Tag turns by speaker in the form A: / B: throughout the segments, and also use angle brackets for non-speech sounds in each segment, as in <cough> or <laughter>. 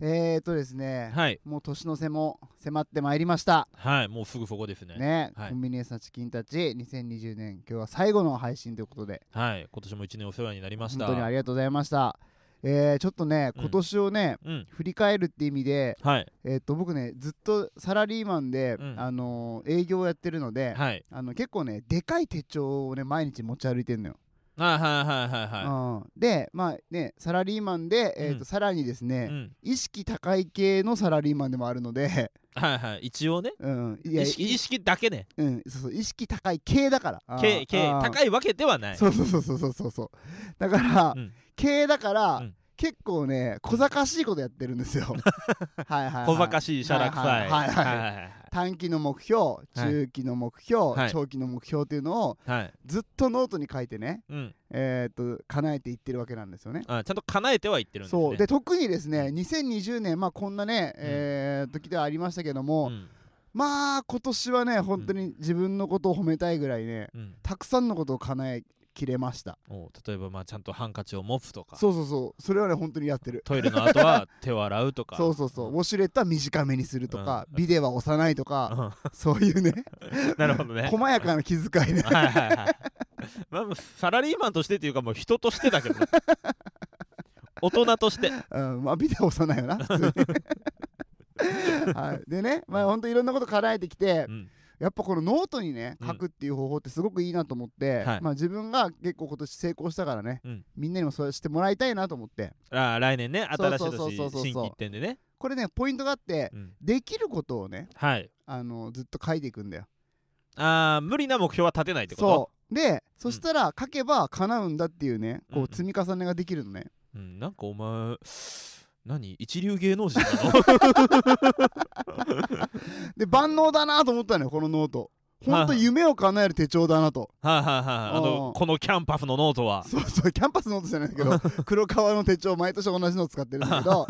A: えーとですね、
B: はい
A: もう年の瀬も迫ってまいりました。
B: はいもうすぐそこですね
A: ね、
B: はい
A: コンビニエンスなチキンたち2020年今日は最後の配信ということで
B: はい今年も一年お世話になりまし
A: 本
B: た
A: 当にありがとうございました。えーちょっとね
B: うん
A: 今年をね、
B: うん
A: 振り返るって意味で、
B: はい
A: えー、と僕ねずっとサラリーマンで、
B: うん
A: あのー営業をやってるので、
B: はい
A: あの結構ねでかい手帳をね毎日持ち歩いてるのよ。
B: はいはいはいはいは
A: うん、でまあねサラリーマンで、えーと
B: うん
A: さらにです
B: い、う
A: ね、
B: ん、
A: 意識高い系のサラリーマンでもあるので、 <laughs>
B: はいはい一応ね
A: うん、い
B: 意識
A: い
B: 意識だけね
A: うん、そうそう意識高い系だからあー
B: けけ
A: あー
B: 高いわけではない
A: そうそうそうそうそうそうそうだから、
B: うん
A: 系だから、
B: うん
A: 結構ね小賢しいことやってるん
B: <laughs>
A: ですよはいはい、はい、
B: 小ばかしいしゃらくさい
A: はいはいはい
B: はい
A: 短期の目標中期の目標、
B: はい
A: 長期の目標っていうのを
B: はいはい
A: ずっとノートに書いてね、
B: うん
A: えー、と叶えていってるわけなんですよね
B: あちゃんと叶えてはいってるんですね
A: そうで特にですね2020年、まあ、こんなね、えー時ではありましたけども、
B: うん
A: まあ今年はね本当に自分のことを褒めたいぐらいね
B: うん
A: たくさんのことを叶えきれました
B: お例えばまあちゃんとハンカチを持つとか
A: そうそうそうそれはね本当にやってる
B: トイレの後は手を洗うと
A: <laughs>
B: か
A: そうそうそうウォシュレットは短めにするとか、
B: うん
A: ビデは押さないとか、
B: う
A: そういうね
B: んなるほど <laughs> ね
A: 細やかな気遣いね
B: はいはいはい。まあ、サラリーマンとしてっていうか、もう人として
A: <laughs>
B: だけどね。大人として。
A: うんまあビデは押さないよな普通
B: <laughs>
A: にはい、でね、まあ、本当いろんなこと叶えてきて
B: うん。
A: やっぱこのノートにね
B: うん
A: 書くっていう方法ってすごくいいなと思って、
B: はい
A: まあ、自分が結構今年成功したからね、
B: うん
A: みんなにもそうしてもらいたいなと思って
B: ああ、来年ね、
A: そう
B: 新し
A: そ
B: い
A: そう
B: う年、
A: そうそう
B: 新規一点でね。
A: これねポイントがあって
B: うん
A: できることをね
B: はい。
A: あのずっと書いていくんだよ
B: ああ、無理な目標は立てないってこと
A: そうでそしたら書けば叶うんだっていうね
B: うん
A: こ
B: う
A: うん積み重ねができるのね、
B: う。ん、なんかお前、何一流芸能
A: <laughs>
B: 人な
A: で万能だなと思ったのよこのノートほんと夢を叶える手帳だなと
B: のはいはいはい。あ
A: うん
B: の、このキャンパスのノートは。
A: そうそうキャンパスノートじゃないんだけど <laughs> 黒革の手帳毎年同じのを使ってるんだけど、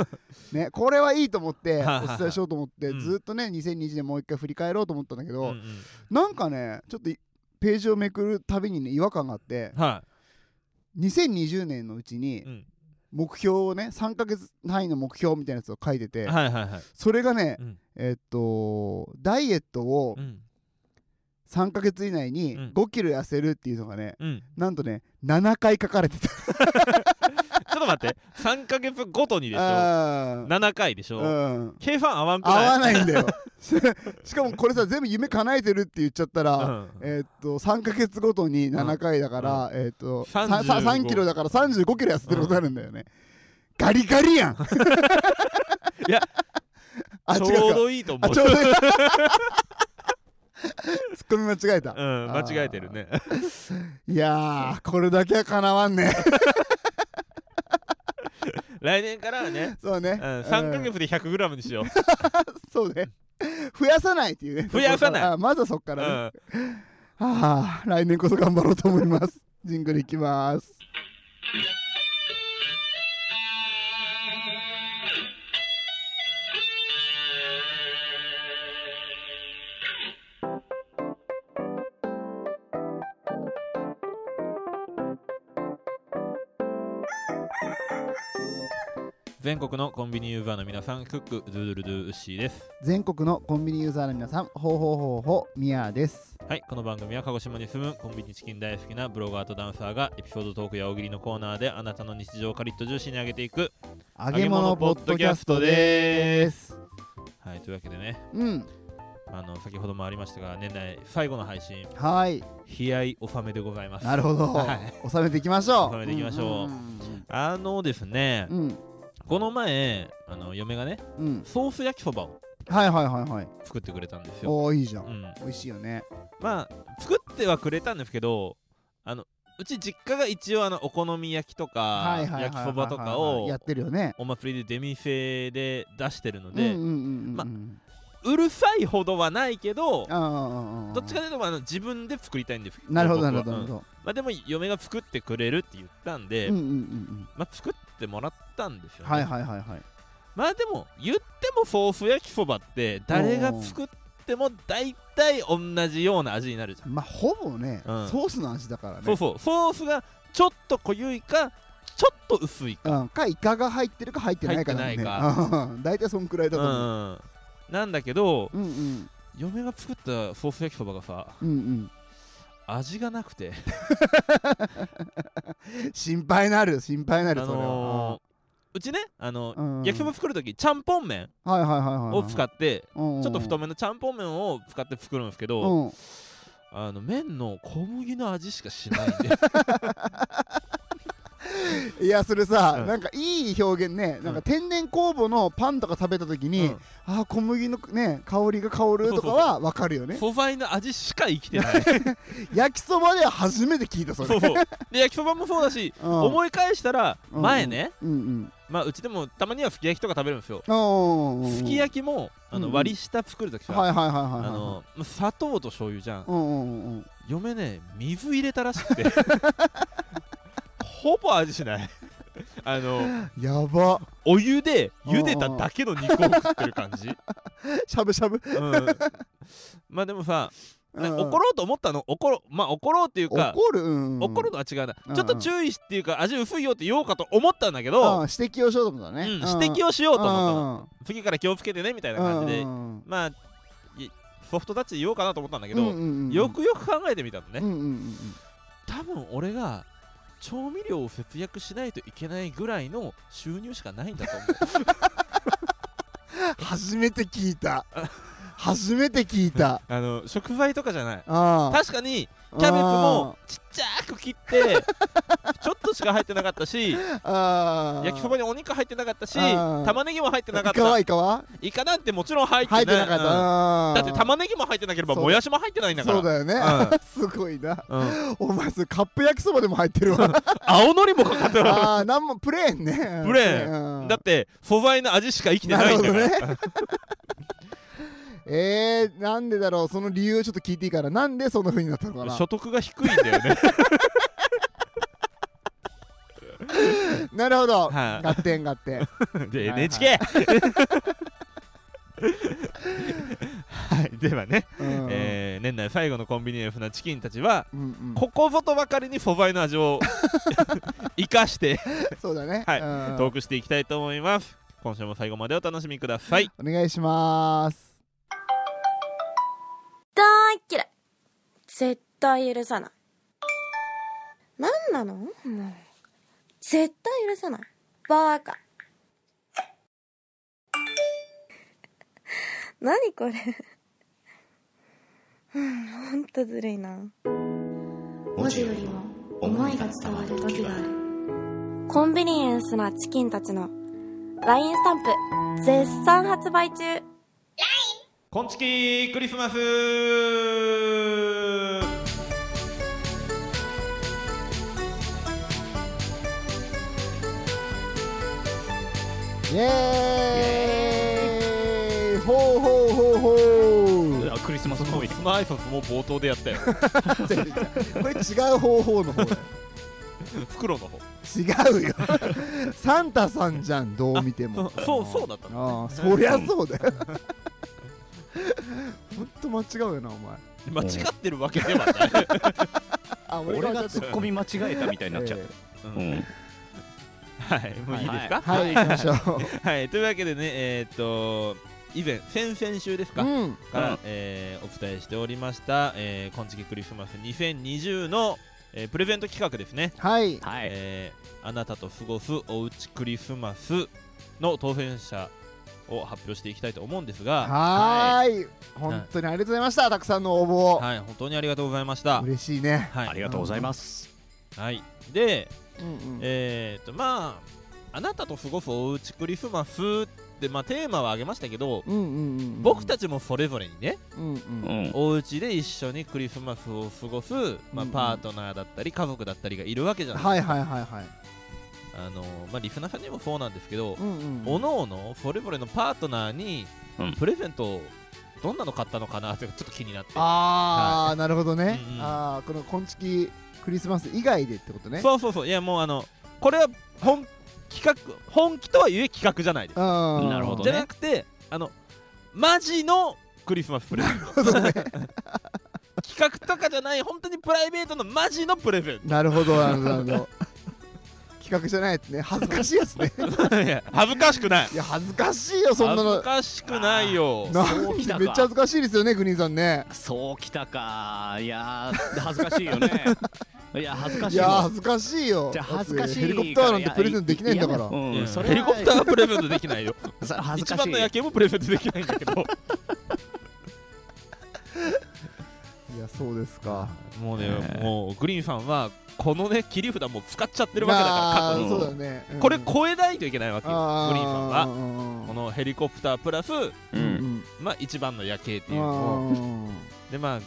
A: ね、これはいいと思って
B: はいはいはい
A: お伝えしようと思って
B: うん
A: ずっとね2020年もう一回振り返ろうと思ったんだけ
B: うんう
A: ど
B: ん
A: なんかねちょっといページをめくるたびにね違和感があって
B: は
A: 2020年のうちに
B: い。うん
A: 目標をね3ヶ月単位の目標みたいなやつを書いてて
B: はいはいはい。
A: それがね、
B: うん
A: えっとダイエットを
B: うん。
A: 3ヶ月以内に
B: うん
A: 5キロ痩せるっていうのがね
B: うん。
A: なんとね7回書かれてた
B: ちょっと待って、3ヶ月ごとにでしょ。
A: あー
B: 7回でし
A: う
B: ょ。
A: ん
B: 計算合わんく
A: 合
B: ない
A: わないんだ
B: <laughs>
A: よしかもこれさ全部夢叶えてるって言っちゃったら、
B: うん
A: えーっと3ヶ月ごとに7回だから、えーっと
B: 35
A: 3キロだから3 5キロ痩せてることになるんだよね、ガリガリやん
B: いや
A: <laughs> あ違
B: ち
A: う
B: ょ
A: か
B: うどいいと思
A: あ
B: う
A: ちょうど <laughs> ツッコミ間違えた
B: うん、間違えてるね。
A: いやーこれだけはかなわんね
B: <laughs> 来年からはね、
A: <laughs> そうね、
B: うん、3ヶ月で 100g にしよう。
A: <laughs> そうね。増やさないっていうね。
B: 増やさない
A: あまずはそっか
B: う
A: らね。
B: ん、
A: はあ、来年こそ頑張ろうと思い
B: <laughs>
A: ます。ジングルいきます。
B: 全国のコンビニユーザーの皆さん、クック、ドゥドゥルドゥウッシーです。
A: 全国のコンビニユーザーの皆さん、ほうほうほうほう、みやです。
B: はい、この番組は鹿児島に住むコンビニチキン大好きなブロガーとダンサーがエピソードトークや大喜利のコーナーであなたの日常をカリッとジューシーに上げていく。
A: 揚げ物ポッドキャストでーす。
B: はい、というわけでね、
A: うん、
B: あの先ほどもありましたが、年内最後の配信、
A: はい。
B: 悲哀納めでございます。
A: なるほど
B: は。
A: 収めていきましょう。
B: 収めていきましょう
A: う
B: あのですね、
A: ん。うん。
B: この前、あの嫁がね、
A: うんうん。
B: ソース焼きそばを
A: はいはいはいはい。
B: 作ってくれたんですよ。
A: おお、いいじゃ。
B: うんん、
A: 美味しいよね。
B: まあ作ってはくれたんですけどあのうち実家が一応あのお好み焼きとか
A: はいはいはいはいはい。
B: 焼きそばとかを
A: やってるよね。
B: お祭りで出店で出してるの
A: うんうん
B: で、
A: うんうん。
B: ま
A: うん
B: うるさいほどはないけど
A: ああああ。
B: どっちかというとあの自分で作りたいんです
A: なるほどな
B: 僕
A: る
B: は
A: ほどなる
B: うん
A: ほど。
B: まあ、でも嫁が作ってくれるって言ったんで、
A: うんうんうんうん。
B: まあ、作ってもらったんですよ、ね
A: はいはいはいはい。
B: まあでも言ってもソース焼きそばって誰が作っても大体同じような味になるじゃん
A: まあほぼね、
B: うん
A: ソースの味だからね
B: そうそうソースがちょっと濃ゆいかちょっと薄いか
A: うん、かイカが入ってるか入ってないかなんで
B: 入ってない
A: うん <laughs> 大体そんくらいだ
B: う
A: と思う、
B: んなんだけど
A: うん、うん
B: 嫁が作ったソース焼きそばがさ
A: うんうん
B: 味がなくて
A: 心配なる心配な
B: あ
A: るそれは、
B: のーうちねあの
A: うんうん
B: 焼きそば作る時ちゃんぽん麺
A: はいはいはいはいはい
B: を使って
A: うんうんうん
B: ちょっと太めのちゃんぽん麺を使って作るんですけど、
A: うん
B: あの麺の小麦の味しかしないんで
A: <laughs> いやそれさ、
B: うん
A: なんかいい表現ねなん
B: う
A: か
B: ん
A: 天然酵母のパンとか食べた時に、
B: うん
A: あー小麦のね香りが香るとかはわかるよね
B: <laughs> 素材の味しか生きてない
A: 焼きそばでは初めて聞いたそれ
B: そうそうで焼きそばもそうだし
A: うん
B: 思い返したら
A: うん
B: 前ね、
A: うんうん
B: まあうちでもたまにはすき焼きとか食べるんですよ
A: おーおーおー
B: すき焼きもあ
A: う
B: の
A: ん
B: 割り下作るときさ、
A: はいはいはいはいはい
B: あのまあ砂糖と醤油じゃん
A: うんうんうんうん
B: 嫁ね水入れたらし
A: <laughs>
B: くてほぼ味しないあの
A: やば
B: お湯で茹でただけの肉を食ってる感じ、
A: しゃぶしゃぶ
B: うん、まあでもさ、ね
A: うん
B: 怒ろうと思ったの怒ろまあ怒ろうっていうか
A: 怒るうんうん
B: 怒るのは違うな、
A: うん
B: ちょっと注意しっていうか味薄いよって言おうかと思ったんだけ
A: うん
B: ど、
A: 指摘をしようと思った
B: うん
A: ね
B: 指摘をしようと思ったの、
A: 思っ
B: 次から気をつけてねみたい
A: た
B: な感じで、
A: ん
B: まあいソフトタッチで言おうかなと思ったんだけど、
A: うんうんうん
B: よくよく考えてみたの
A: う
B: ね、
A: んうんうん
B: 多分俺が調味料を節約しないといけないぐらいの収入しかないんだと思
A: <laughs>
B: う
A: 初めて聞い
B: <laughs>
A: た初めて聞いた
B: あの食材とかじゃない
A: あー
B: 確かにキャベツもちっちゃく切って <laughs> ちょっとしか入ってなかったし
A: あー
B: 焼きそばにお肉入ってなかったし
A: あー
B: 玉ねぎも入ってなかっ
A: イカは
B: た
A: イカは
B: イカなんてもちろん入ってな
A: 入
B: い
A: ってなかった
B: うん
A: あー
B: だって玉ねぎも入ってなければ
A: そう
B: もやしも入ってないんだか
A: そう
B: ら
A: だよね、
B: う
A: <laughs> すごいな
B: うん
A: お前それカップ焼きそばでも入ってるわ
B: 青のりもかかってる
A: ああなんもプレーンね
B: <laughs> プレー
A: ン
B: だって素材の味しか生きてないんだか
A: な
B: ら
A: るほどねえー、なんでだろうその理由をちょっと聞いていいからなんでそんな風になったのかな
B: <laughs> 所得が低いんだ
A: <laughs>
B: よね
A: なるほど
B: はい
A: 合点合
B: <laughs>
A: 点
B: で
A: はいはい
B: NHK はいではね、
A: うん
B: えー年内最後のコンビニエンスなチキンたちは
A: うんうん
B: ここぞとばかりに素材の味を <laughs> 生かして
A: そうだね、
B: はい
A: うん
B: トークしていきたいと思います今週も最後までお楽しみください
A: お願いします
C: 大っ嫌い絶対許さない何なのもう絶対許さないバカ <laughs> 何これうんほんとずるいな文字よりも思いが伝わる時があるコンビニエンスなチキンたちの LINE スタンプ絶賛発売中
B: こんちきクリスマスは
A: イエーイほうほうほうほ
B: <laughs>
A: う
B: クリスマスの挨拶も冒頭でやっ
A: <laughs>
B: たよ
A: 違う違うこれ違う方法の方だよ
B: 袋の方
A: 違う
B: <laughs>
A: よサンタさんじゃんどう見ても
B: あそうそうそうだった
A: ああそりゃそうだよ <laughs> ほんと間違うよなお前
B: 間違ってるわけではない、
A: あ
D: 俺がツッコミ間違えたみたいになっちゃう
A: え。
B: う
D: うんん
B: はいもういいですか
A: えはい <laughs> 行きましょう
B: はい、というわけでね、えーっと、以前、先々週ですか、
A: うん
B: から、
D: うん
B: えーお伝えしておりました、えー、今月クリスマス2020の、えープレゼント企画ですね、
A: はい
D: はい。
B: えーあなたと過ごすおうちクリスマスの当選者を発表していきたいと思うんですが、
A: はーい本当にありがとうございましたたくさんの応
B: はい、本当にありがとうございました
A: 募。嬉しいね
B: は
D: あり
B: い、
D: がとうございます。
B: はい、で、
A: うんうん
B: えーっと、まあ、あなたと過ごすおうちクリスマスって、まあ、テーマはあげましたけど、
A: うんうんうん
B: 僕たちもそれぞれにね、
A: うんう
D: うんん。
B: お家で一緒にクリスマスを過ごす、ま
A: う
B: あ、
A: んうん
B: パートナーだったり家族だったりがいるわけじゃない、
A: はいはいはいはい
B: あのーまあ、リスナーさんにもそうなんですけど、
A: うんうん
B: おのおのそれぞれのパートナーに
D: うん
B: プレゼントをどんなの買ったのかなってちょっと気になって
A: ああなるほどね
B: うんうん
A: ああこのこんちきクリスマス以外でってことね
B: そうそうそういやもうあのこれは本企画本気とはいえ企画じゃないです、
A: うん
D: なるほど
B: じ
D: ね
B: ゃなくてあのマジのクリスマスプレゼント企画とかじゃない本当にプライベートのマジのプレゼン
A: <laughs>
B: ト
A: なるほどなるほどなるほど企画じゃないやつね恥ずかしいやつ <laughs> ね
B: いや恥ずかしくない
A: いや恥ずかしいよそんな
B: 恥ず
A: の
B: かしくないよ
A: な
D: そうきたか
A: めっちゃ恥ずかしいですよねグリーンさんね
D: そうきたかいやー恥ずかしいよ <laughs> ねいや恥ずかし
A: い
D: い
A: や
D: わ
A: 恥ずかしいよ
D: じゃあ恥ずかしい
A: だってヘリコプターなんてプレゼントできないんだから
D: ややう
B: いや
D: んそれ
B: ヘリコプター
D: ー
B: はプレゼントできないよ
D: 恥ず
B: 一
D: かし
B: 番
D: い
B: の夜景もプレゼントできないんだけど
A: いやそうですか
B: もうね
D: ね
B: もうグリーンさんはこのね切り札もう使っちゃってるわけだから
A: あ
B: 過去
A: ー
B: に
A: そうだねうん
B: これ超えないといけないわけよ
A: あ
B: グリーンさんは
A: ん
B: このヘリコプタープラス
D: う
A: うん
D: ん
B: まあ一番の夜景っていうのを
A: うん
B: でまあ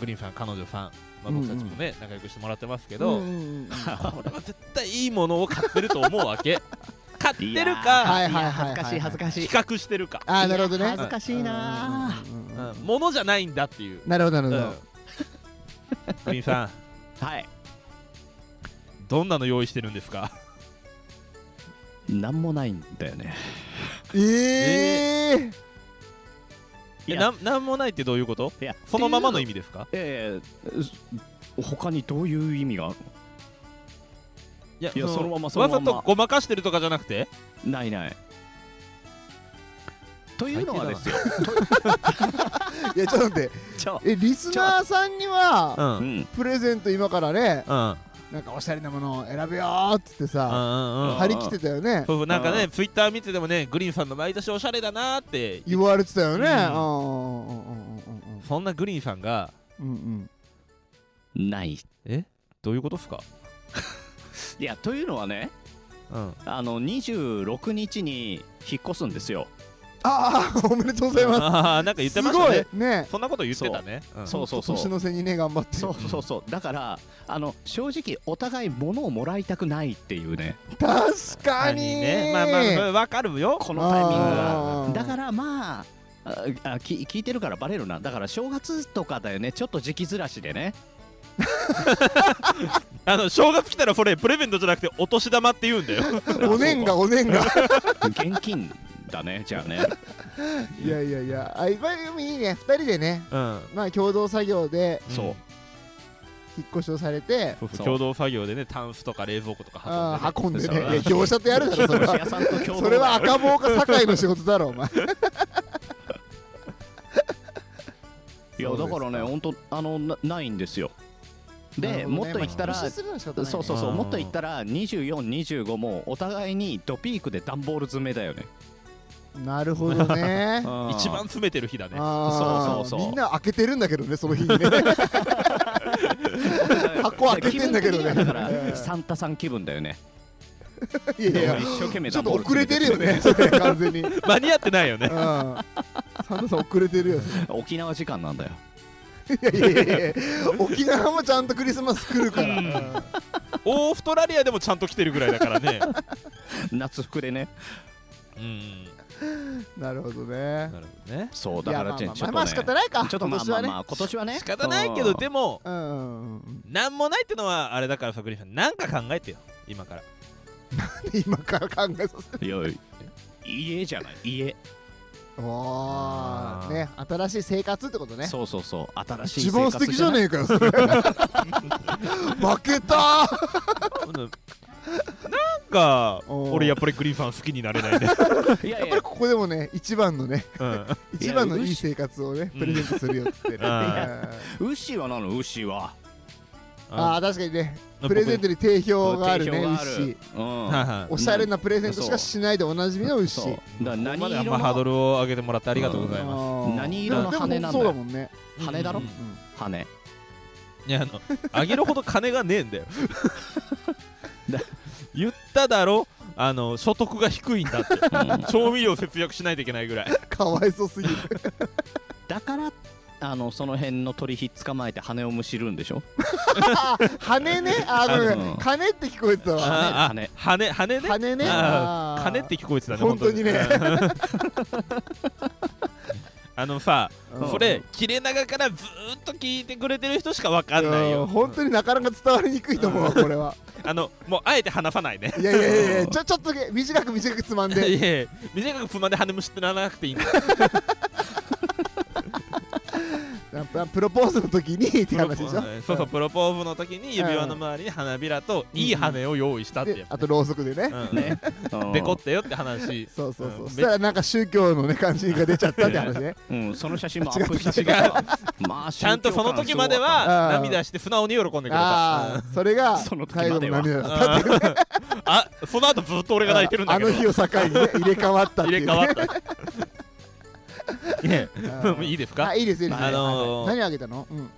B: グリーンさん彼女さん、まあ、僕たちもね、仲良くしてもらってますけ
A: うん
B: ど、
A: うんうん
B: これは絶対いいものを買ってると思うわけ買って
D: いや
B: る
D: ー
B: か
A: はいはいはいはい
D: 恥ずかしい恥ずかしい
B: 比較してるか、
A: ああなるほどね
D: 恥ずかしいなー
A: うんうんうんうん
B: うんものじゃないんだっていう、
A: なるほどな
B: う
A: る
B: ん、
A: ほ
B: グ
A: ど
B: リーンさん
D: はい
B: どんなの用意してるんですか
D: なんもないんだよね
A: ええ
D: い
B: え
D: や
B: なんなんもないってどういうこと
D: いや
B: そのままの意
D: 味
B: 味ですか
D: ええ他にどういう意味が
B: いや
D: いやそのままその
B: わ
D: ま
B: ざ
D: んま
B: とごまかしてるとかじゃなくて
D: ないないというのはです <laughs> よ
A: いやちょっと待って
D: じゃ
A: えリスナーさんには
B: うん
D: あ
B: う
D: うんん
A: プレゼント今からね
B: うん
A: なんかおしゃれなものを選べよーっつって
B: う
A: さ
B: んうん
A: 張り切ってたよね
B: そうそうなんか
D: う
B: ねツイッター見ててもねグリーンさんの毎年おしゃれだなーって
A: 言われてたよねうんうん
B: う
A: うんうん
B: そんなグリーンさんが
A: うんうん
D: ない
B: えどういうことっすか
D: いやというのはね
B: うん
D: あの26日に引っ越すんですよ
A: ああおめでとうございます
B: ああなんか言ってましたね
A: すごいね
B: そんなこと言ってたねうん
D: そうそうそう
A: 年の瀬にね頑張って
D: そうそうそうだからあの正直お互い物をもらいたくないっていうね
A: 確か
B: 何
A: に
B: ねまあまあまあわかるよ
D: このタイミングが
A: あー
D: だからまあああき聞いてるからバレるなだから正月とかだよねちょっと時期ずらしでね
B: あの正月来たらそれプレゼントじゃなくてお年玉って言うんだよ
A: おねんがおねんが
D: 現金だねじゃあね
A: いやいやいやあいっぱいでもいいね二人でね
B: うん
A: まあ共同作業で
D: そう
A: 引っ越しをされて
B: そうそう
D: そう
B: 共同作業でねタンスとか冷蔵庫とか
A: あー運んで
D: そうだ
A: ねいや業者とやるだろそれは
D: 屋さんと共同
A: それは赤棒か堺の仕事だろお前
D: いやだからね本当あのなないんですよ
A: な
D: で、
A: るほどね
D: もっと言ったら、
A: まあ引っ越しするのは仕方ないね
D: そうそうそう
B: うん
D: もっと言ったら2425もお互いにドピークで段ボール詰めだよね
A: なるほどね
B: 運んで一番詰めてる日だね
A: あー
D: そうそうそう
A: みんな開けてるんだけどねその日
D: <laughs>
A: にね箱開けてんだけどね
D: 気分的にはだから
A: うん
D: サンタさん気分だよね
A: いやいや
D: 一生懸命
A: ちょ
D: 段
A: っと
D: ボ
A: 遅
D: ール
A: れてるよ
D: 詰め <laughs>
A: ねそれ完全にうん
B: 間に合ってないよね
A: サンタさん遅れてるよ
D: <laughs> 沖縄時間なんだよ
A: いやいやいやいや沖縄もちゃんとクリスマス来るから、
B: うんオーストラリアでもちゃんと来てるぐらいだか
A: <laughs>
B: らね
D: 夏服でね
B: うん
A: なるほどね
B: なるほどね
D: そうだから
A: い
D: ち
A: や
D: ょ
A: まあ
D: っ
A: まあまあ
D: とね
A: 仕方ないか
D: ちょっとまあ
A: 今年
D: まあ
A: はね
D: まあ今年はね
B: 仕方ないけどでも
D: も
A: うんうんうん <laughs>
B: なんもないってのはあれだからさグリーンさんなんか考えてよ今から
A: 今から考えさせる
D: いや家じゃない家
A: お
B: あ
A: ー
B: ー
A: ね新しい生活ってことね
D: そうそうそう新しい
A: 一番素敵じゃね
D: え
A: えかよそれ <laughs> 負け
D: <laughs>
A: た
B: なんか
A: おー
B: 俺やっぱりグリーンさん好きにな
A: <laughs>
B: れないね、
D: いや
A: やっ
D: い
A: ぱ
D: や
A: りここでもね一番のね
B: うん
A: 一番のいい生活をね
B: うん
A: プレゼントするよっつってね
B: うん
A: あ
D: ウッシーはなのウッシーは
A: あー確かにねプレゼントに定評があるね <laughs> 牛
D: うん
B: はいはい
A: おしゃれなプレゼントしかしないでおなじみの牛
D: そうだから
B: ここま
D: 何
B: であん
D: 色
B: まハード
D: の
B: ルを上げてもらってありがとうございます。
A: す
D: 何色の羽なんだよ
A: そうだもんね
D: 羽だろ
B: うん
D: 羽
B: いや
A: <laughs>
B: あの上げるほど金がねえんだよ
D: だ。
B: 言っただろあの所得が低いんだって
D: ん
B: 調味料節約しないといけないぐらい
A: かわいそうすぎる
D: だからあのその辺の鳥ひっ捕まえて羽をむしるんでしょ
A: あ羽ねあごめんごめ
D: うん
A: ん金って聞こえてたわ
B: ああ
D: 羽
B: 羽羽ね
A: 羽ね
B: あ
A: あー
B: 金って聞こえてたね
A: 本当にね
B: 本当にあのさ
A: うん
B: それ切れ長からずーっと聞いてくれてる人しかわかんないうよ
A: ん本当になかなか伝わりにくいと思うわこれは
B: あのもうあえて話さないね
A: いやいやいやいやちょちょっとだけ短く短くつまん
B: いや
A: で
B: いや短くつまんで羽虫ってならなくていいんだよ
A: やっぱからプロポーズの時にって話でしょ
B: うんそうそうプロポーズの時に指輪の周りに花びらといい羽を用意したって
A: で
B: やつ
A: あとろうそくでね、
B: うん
D: ね。
B: デコってよって話
A: そうそうそう、
B: うん
A: そしたらなんか宗教のね感じが出ちゃったって話
B: <laughs>
A: ね
D: うん、その写真もアップした
B: 違
D: し
B: う、 <laughs>
D: まあ、
B: ちゃんとその時まで
A: うん
B: は涙して素直に喜んでくれた
A: ああそれが
D: その時
A: 最後
D: まで
A: の
D: は
A: 涙だっ
B: ああその後ずっと俺が泣いてるん
A: あ
B: だけ
A: の
B: ど
A: 日を境にね入れ替わったって
B: 入
A: い
B: れ
A: う、ね、
B: 替わったね
A: <laughs> うん
B: いいですか
A: あいいですいいです、
B: あのー
A: はいはい何あげたのうん、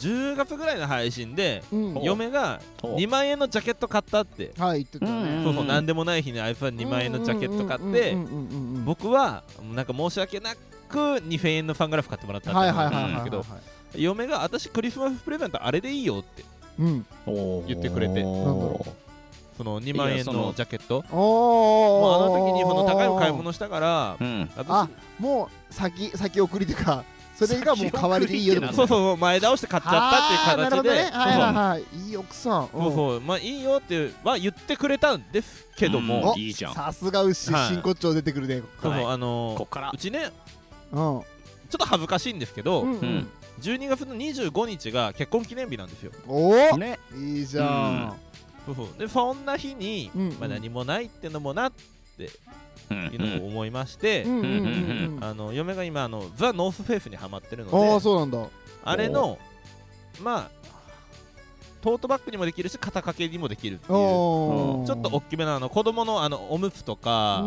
B: 10月ぐらいの配信で
A: うん、
D: お
B: 嫁が2万円のジャケット買ったって
A: はい言ってた
D: うん
A: ね
B: そうそう何でもない日にあいつは2万円のジャケット買って
A: うんうんうんうんうんうん
B: 僕はなんか申し訳なく2000円のサングラフ買ってもらったって
A: はいはい
B: 話
A: はいは
B: ないんです
A: は
B: け
A: い
B: ど嫁が私クリスマスプレゼントあれでいいよって
A: うん
B: 言ってくれ
A: なん
B: て
A: だろ
B: その2万
D: い
B: 円
D: やそ
B: の
D: の
B: ジャケット
A: お
B: もうあ
A: お
B: の時にその高いお買い物したから
D: うん。
A: あ
B: 私
A: もう先先送りというかそれがもう代わりでいいよってこと
B: そうそうそう前倒して買っちゃったっていう
A: あー
B: 形で
A: なるほどねはいはいはいいい奥さんうん
B: そうそうまあいいよっては言ってくれたんですけど
D: う
B: も
D: ん
A: お
D: いいじゃん
A: さすが牛
B: はい
A: 真骨頂出てくるね
B: そうそう
D: は
B: あの
D: こ
B: ー
D: っから
B: う。ちね
A: うん
B: ちょっと恥ずかしいんですけど
A: うんうん
B: 12月の25日が結婚記念日なんですよ
A: おお
D: ね。
A: いいじゃ
B: そうそうでそんな日に
A: うんうん
B: まあ何もないってのもなって
D: うん
B: いうのを思いまして
A: んうんうんうんうん
B: あの嫁が今あのザ・ノースフェイスにハマってるの
A: ああ
B: で
A: そうなんだ
B: あれのまあトートバッグにもできるし肩掛けにもできるっていうちょ
A: おお
B: っと大きめなあの子供のあのおむつとか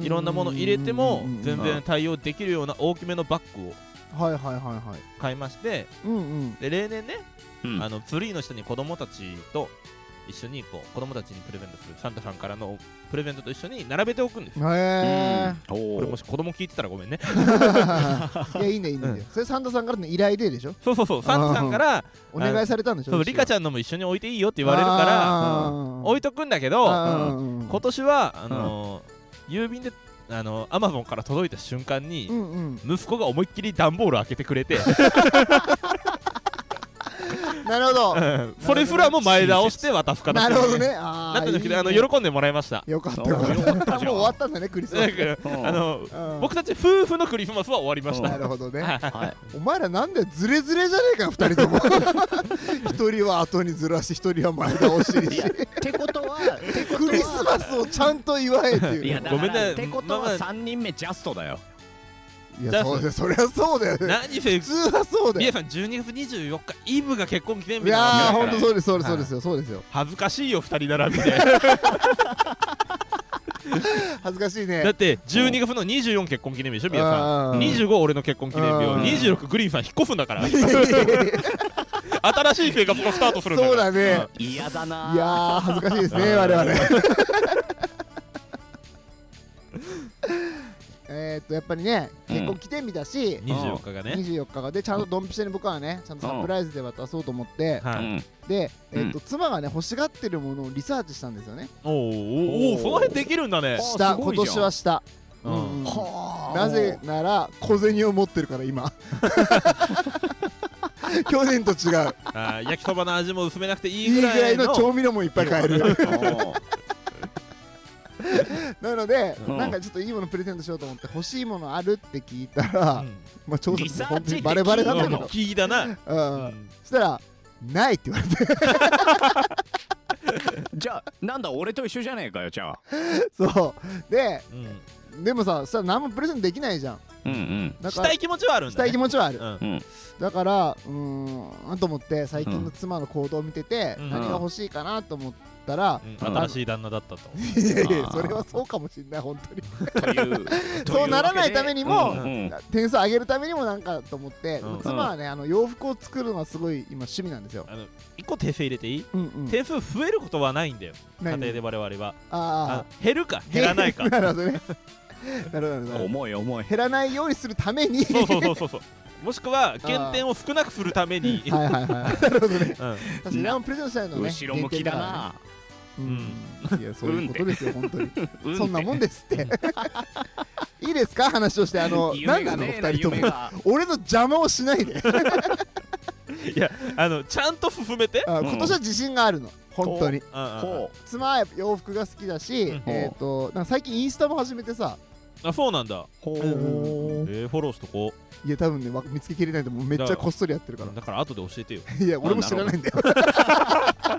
D: う
B: いろんなもの入れても全
D: う
B: 然
D: ん
B: 対応できるような大きめのバッグを
A: はいはいはいはい
B: 買いまして
A: うんうん
B: で例年ね
D: うん
B: あのツリーの下に子供たちと一緒にこう子供たちにプレゼントするサンタさんからのプレゼントと一緒に並べておくんですよ
A: へえ
B: こ
D: お
B: れもし子供聞いてたらごめんね
A: <laughs>
B: <laughs>
A: いやいいねいいねそれサンタさんからの依頼ででしょ
B: そうそうそうサンタさんから
A: お願いされたんでしょ
B: <laughs> そうリカち
A: ゃん
B: ゃんのも一緒に置いていいよって言われるから置い
A: て
B: とくんだけど今
A: こ
B: 年はあのー郵便であのアマゾンから届いた瞬
A: う
B: 間に
A: んうん
B: 息子が思いっきり段ボール開けてくれて
A: なるほど
B: うん <laughs> それすらも前倒して渡す形
A: なるほどね
B: な
A: あ
B: っ
A: あ
B: たんですけどあの
A: よ
B: 喜んでもらいました
A: かったよかっ
D: よかったた
A: もう
D: じ
A: 終
D: ゃん
A: わったんだねクリスマ
B: だ
A: ス
B: から
D: うん
B: あの
A: うん
B: 僕たち夫婦のクリスマスは終わりまし
D: う
B: た
A: なるほどね
D: はい。
A: お前らなんでズレズレじゃねえかよ二人とも <laughs> 一人は後にずらし一人は前倒しに
D: い
A: し
D: や、ってことは、ってことは
A: クリスマスをちゃんと祝えって
B: <laughs>
A: いう
D: い
A: い
D: や、
A: や
D: だ
B: ご
D: か
B: めん
D: ら、
B: ね
D: ってこと
B: まあま
D: は
B: あ
D: 三人目ジャストだよ。
A: そうだよそりゃそうだよね
B: 何せ
A: 普通はそうだ
B: リエ
A: よ
B: さん12月24日イブが結婚記念
A: い
B: 日な
A: やー
B: の
A: ほん
B: に
A: とそうですそうですそうですよそうですよ
B: 恥ずかしいよ2人並
A: <laughs>
B: びで
A: 恥ずかしい
B: だっ
A: ね
B: て12月の24結婚記念日でしょ皆
A: あ
B: さ
A: ー
B: ん25俺の結婚記念日を
A: うん
B: 26グリーンさん引っ越すんだから
A: そ
B: 新しい生活がスタートするんだか
A: う
B: ら
A: だね
D: 嫌だない
A: やー恥ずかしいですね我々えーっとやっぱりね結婚記念日だし
B: 24日がね
A: 24日がでちゃんとドンピシャに僕はねちゃんとサプライズで渡そうと思って
D: う
B: はい
D: ん
A: で、え
D: うん
A: っと妻がね欲しがってるものをリサーチしたんですよね
B: おーおーおーその辺できるんだね
D: あ
A: した
D: すご
A: 今
D: いじゃん
A: 年はした、
B: う
A: うんんうん
D: はあ
A: なぜなら小銭を持ってるから今去年と違う
B: あー焼きそばの味も薄めなくていい
A: いいぐ
B: ぐら
A: ら
B: い
A: い
B: の
A: の調味料もいっぱい買えるなので、
D: うん
A: なんかちょっといいものプレゼントしようと思って欲しいものあるって聞いたら、
B: うん
A: まあ調査
D: リ
A: して
D: サー
A: 本当
D: チ
A: にバレバレだったけ
B: うん
A: ど、
B: 気だな
A: うん
B: う
A: そ
B: ん
A: したらないって言われて
D: じゃあなんだ俺と一緒じゃねえかよじゃあ
A: そうで
B: うん
A: でもさそしたら何もプレゼントできないじゃん
D: うんうん
A: だか
B: した
A: ら
B: い気持ちはあるん
A: し
B: だ
A: た
B: ね
A: い気持ちはある
B: うん
D: うん
A: だからうーんと思って最近の妻の行動を見てて、
B: うん
A: 何が欲しいかなと思ったら、
B: うん新しい旦那だったと
A: いやいや
D: あー
A: それはそうかもしれない本当に
D: という
A: そうならないためにも
D: うんうん
A: 点数上げるためにもなんかと思って、
B: うん
A: 妻はねあの洋服を作るのはすごい今趣味なんですよ、
B: あの一個訂正入れていい
A: うんうん、
B: 点数増えることはないんだよ家
A: 何
B: 庭で我々はあ
A: あ
B: 減るか
A: あ
B: 減らない <laughs> か
A: なるほどねなるほどなるほど
D: 重い重い
A: 減らないようにするために
B: そうそうそうそうそうもしくは減点を少なくするために
A: はいはいはいなるほどね
B: うん
A: 確かに何もプレゼントしたいのね
D: 後ろ向きだな
A: 限定だからねうんいやそういうことですよ本当に
D: う
A: そんなもん
D: で
A: です
D: <laughs>
A: って。いいですか話をしてあの
D: 夢
A: 何な
D: が
A: の
D: ねえ
A: 二
D: な
A: 人と
D: 夢
A: も
D: が
A: 俺の邪魔をしないで
B: いやあのちゃんと進めて
A: あ
D: うん
A: 今年は自信があるの本当に
B: うんうんうん
D: ほ
A: 妻は洋服が好きだし
B: うん
A: えっとなんか最近インスタも始めてさ
B: あそうなんだ
D: ほ
A: う
B: え
A: ん
B: ー、フォローしとこ
A: いや多分ねわ見つけきれないと思うめっちゃこっそりやってるから
B: うだから後で教えてよ
A: いや俺も知らないんだよ <laughs>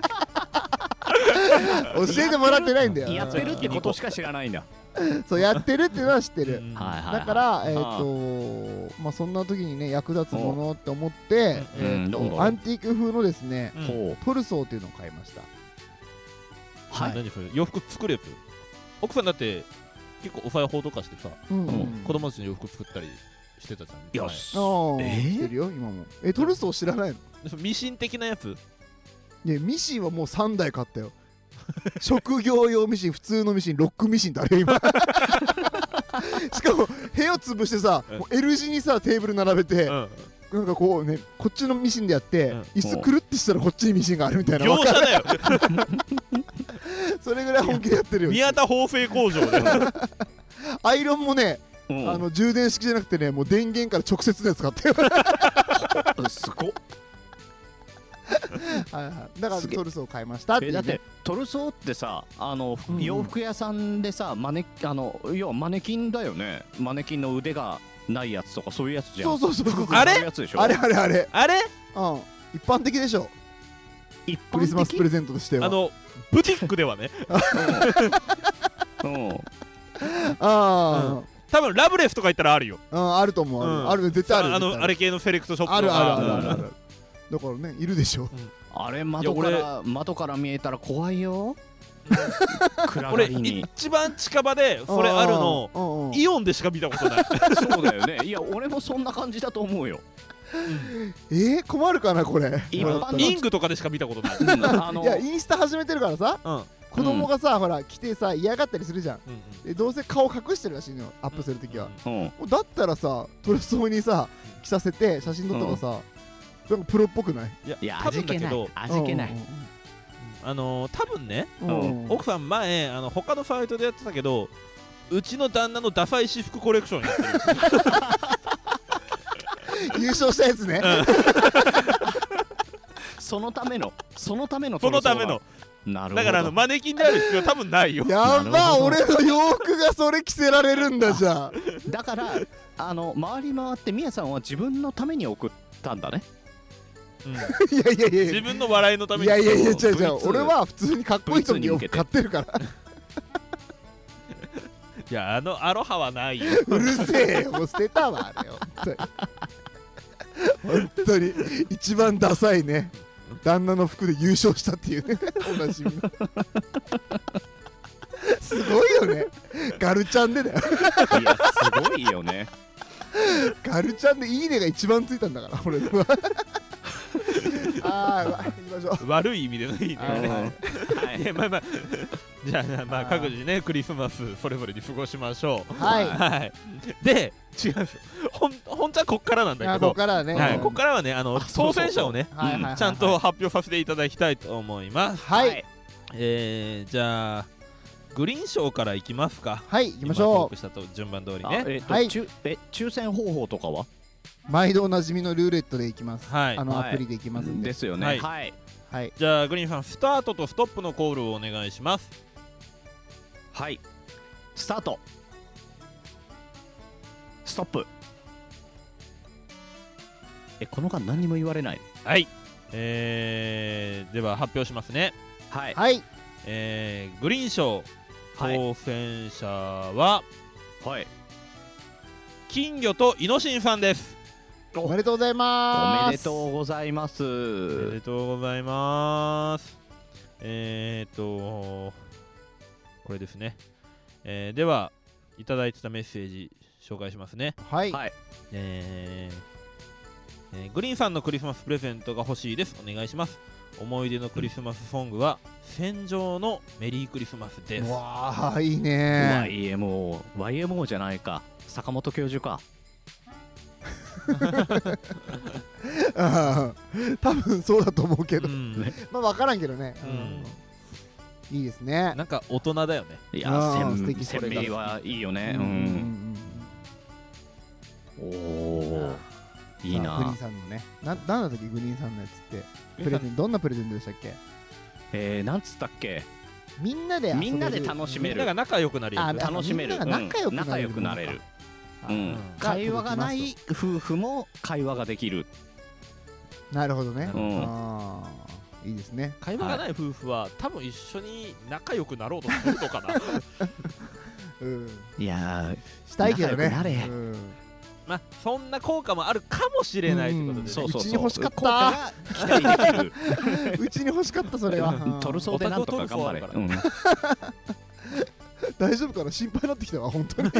A: 教えてもらってないんだよ
D: やってるってことしか知らないんだ。
A: そうやってるっていうのは知ってる
B: うん
D: はいはい。
A: だから、えっ、
D: あ
A: とまあ、そんな時にね、役立つものって思って、
B: うん
A: えーと
D: うんどんどん
A: アンティーク風のですね、
B: うん
D: ほう。
A: トルソーっていうのを買いました。
D: はい
B: 何それ洋服作るやつ奥さんだって結構お裁縫とかしてさ、
A: うんうん
B: 子供たちの洋服作ったりしてたじゃん
D: よ
B: し
D: し。
A: ああ、
D: えー
A: 知ってるよ、今も。え、トルソー知らないの
B: ミシン的なやつ
A: いや、ミシンはもう3台買ったよ。 <laughs> 職業用ミシン、普通のミシン、ロックミシンってあ
B: <laughs>
A: れよ、今。しかも、部屋を潰してさ、
B: うん
A: もう L 字にさ、テーブル並べて、
B: うん
A: なんかこうね、こっちのミシンでやって、
B: うん
A: 椅子くるってしたらこっちにミシンがあるみたいな、
B: 業者だ
A: <laughs>
B: よ
A: それぐらい本気でやってるよ。
B: 宮田縫製工場
A: <laughs>
B: だよ
A: アイロンもね、
D: うん
A: あの充電式じゃなくてねもう電源から直接のやつ買ってる
D: すごっ。
A: はい、はい、だから
D: すげえ
A: トルソー買いましたって
D: え
A: 言
D: だ
A: っ
D: っててトルソーってさあの、
A: うんうん
D: 洋服屋さんでさマネあの要はマネキンだよねマネキンの腕がないやつとかそういうやつじゃん
A: そうそうそうそう
D: 服
B: あれ
D: そういうやつでしょ
A: あれあれあれ
B: あれ
A: うん一般的でしょ
D: 一般的
A: クリスマスプレゼントとしては
B: あのブティックではね
D: うんうん
A: あ
B: 多分ラブレフとか行ったらあるよ
A: ー、うんあると思う、
B: うん
A: あるある絶対ある
B: あ
A: よ
B: の
A: 絶対
B: あれ系のセレクトショップ
A: ある
B: とか
A: あるあるあるあ
B: うん
A: るだからねいるでしょ
D: あれ窓か
B: いや
D: ら窓から見えたら怖いよ暗が
B: 俺
D: りに
B: 一番近場でそれあるの
A: うんうん
B: イオンでしか見たこと
A: <laughs>
B: ない
D: そうだよねいや俺もそんな感じだと思うよ、
A: えー、困るかなこれ
D: 一般の
A: これだ
B: イ
A: っ
B: ングとかでしか見たことない
D: うんあ
A: たら
D: の
A: いやインスタ始めてるからさ
B: うんうん
A: 子供がさ、ほら来てさ嫌がったりするじゃん
B: うん
A: でどうせ顔隠してるらしいのよアップするときは、
D: うん
A: だったらさトレソーにさ着させて写真撮ったらさ、なんかプロっぽくない
B: いや
D: いや
B: 多分
D: 味
B: だ
D: 気
B: け
D: な
B: ど
D: い味気ない、
B: あのー多分ね
A: うんうんうん
B: 奥さん前あの他のサイトでやってたけどうちの旦那のダサい私服コレクションや
A: <laughs>
B: ってる
A: 優勝したやつね、
D: そのためのそのための
B: そ
D: ト
B: の
D: ルソー
B: た
D: は
B: めの
D: なるほど
B: だからあのマネキンである必要は多分ないよ
A: や
D: なる
A: ば
D: ほど
A: 俺の洋服がそれ着せられるんだじゃん
D: だからあの回り回ってみやさんは自分のために送ったんだね
B: う
A: <laughs>
B: ん
A: いやいやいや
B: 自分の笑いのため
A: い
B: に
A: やいやいや違う
D: そう
A: 違う
D: V2
A: 俺は普通にかっこいい人の洋服買ってるから
B: いやあのアロハはないよ
A: うるせえよもう捨てたわあれよ本当に本当に一番ダサいね旦那の服で優勝したっていうねおなじみのすごいよねガルちゃんでだよ
D: いやすごいよね
A: ガルちゃんでいいねが一番ついたんだから俺のはああ行きましょう
B: 悪い意味でのいいね
A: あー
B: はい
D: はい
B: いやまあまあじゃあまあ
A: あー
B: 各自ねクリスマスそれぞれに過ごしましょう
A: はい
B: はいで違うんですよほん本当はこっからなんだ
A: あ
B: け
A: ここ
B: ど
A: からはね、
B: はい
A: うん
B: ここからはねあの
D: そ
B: 当
D: うそうそう
B: 選者をね
A: はいはいはいはい
B: ちゃんと発表させていただきたいと思います
A: はい
B: えー、じゃあグリーン賞からいきますか
A: はい行きましょ
B: 今トークしたと順番通り
D: あ
B: ね
D: えっと、
A: はい
D: 抽え抽選方法とかは、
A: う毎度おなじみのルーレットでいきます、
B: はい
A: あの
D: はい
A: アプリでいきますんで、
D: ですよね
B: はい
D: はい、
A: はい、
B: じゃあグリーンさんスタートとストップのコールをお願いします
D: はいスタートストップえこの間何にも言われない
B: はいえー、では発表しますね
D: はい
A: はい
B: えー、グリーン賞
D: はい
B: 当選者は
D: はい
B: 金魚とイノシンさんです
A: おめでとうございます
D: おめでとうございま
B: おめですとうございますえー、っとこれですね、えー、ではいただいてたメッセージ紹介しますね
A: はい、
D: はい
B: えーえーグリーンさんのクリスマスプレゼントが欲しいですお願いします思い出のクリスマスソングは「戦場のメリークリスマス」です
A: うわあいいう
D: わ
A: ね
D: YMO YMO じゃないか坂本教授か
A: うん <laughs> 多分そうだと思うけ
B: う
A: ど、
B: ん
D: ね
A: まあ分からんけどね、
B: うん
A: うんいいですね
B: <laughs> なんか大人だよね
D: い
A: あ
D: や
A: ー素
D: 鮮
A: 敵
D: 鮮明はいいよね
A: うんうんうん
D: うんおお
A: うん
D: いい
A: さあグリー
D: な
A: ンさんのねななんだったっけグリーンさんのやつってプレゼンどんなプレゼントでしたっけ
D: えー、なんつったっけ
A: みんなで遊べる
D: みんなで楽しめ
B: み
D: る
B: んなが仲良くなるや
A: あ
B: つ
A: な
D: 楽しめる
A: みんなが仲良く
D: うん
A: なれる
D: 仲良くなれるう
B: うん
D: ん会話がない夫婦も会話ができる
A: なるほどね、
D: うん
A: あーいいですね
B: 会話がない夫婦は多分一緒に仲良くなろうとするの
D: <laughs>
B: かな
A: うん
D: いや
A: したいけどね
D: 仲良くなれ
A: うん
B: まあそんな効果もあるかもしれないってこと
A: ん
B: で
D: そ
B: ね
D: うそうそう
A: うちに欲しかった
D: 効果が期待で <laughs> きる
A: うちに欲しかったそれはうん
D: トルソーでなんとか頑張れ
B: オタクを取
D: うん
A: 大丈夫かな心配になってきたわ本当に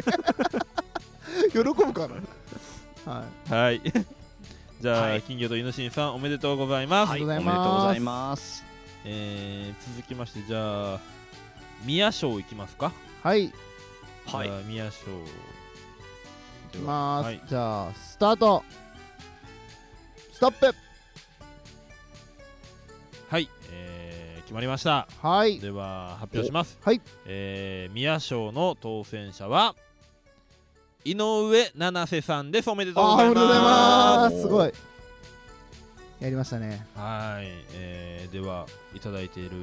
A: <laughs> 喜ぶかなはい
B: はい <laughs> じゃあ、
D: はい
B: 金魚とイノシンさんおめでとうございます、
A: りがとうござい
D: おめで
A: ます
D: とうございます
B: えー続きましてじゃあ宮賞いきますか
A: はい
D: はい
B: じゃあ宮賞
A: いきます、
B: はい
A: じゃあスタートストップ
B: はい、えー決まりました
A: はい
B: では発表します
A: おはい
B: えー宮賞の当選者は井上七瀬さんですおめでとう
A: あーお
B: ござ
A: め
B: い
A: でとうござい
B: ま
A: ますすすごいやりましたね
B: はい、えーではいただいている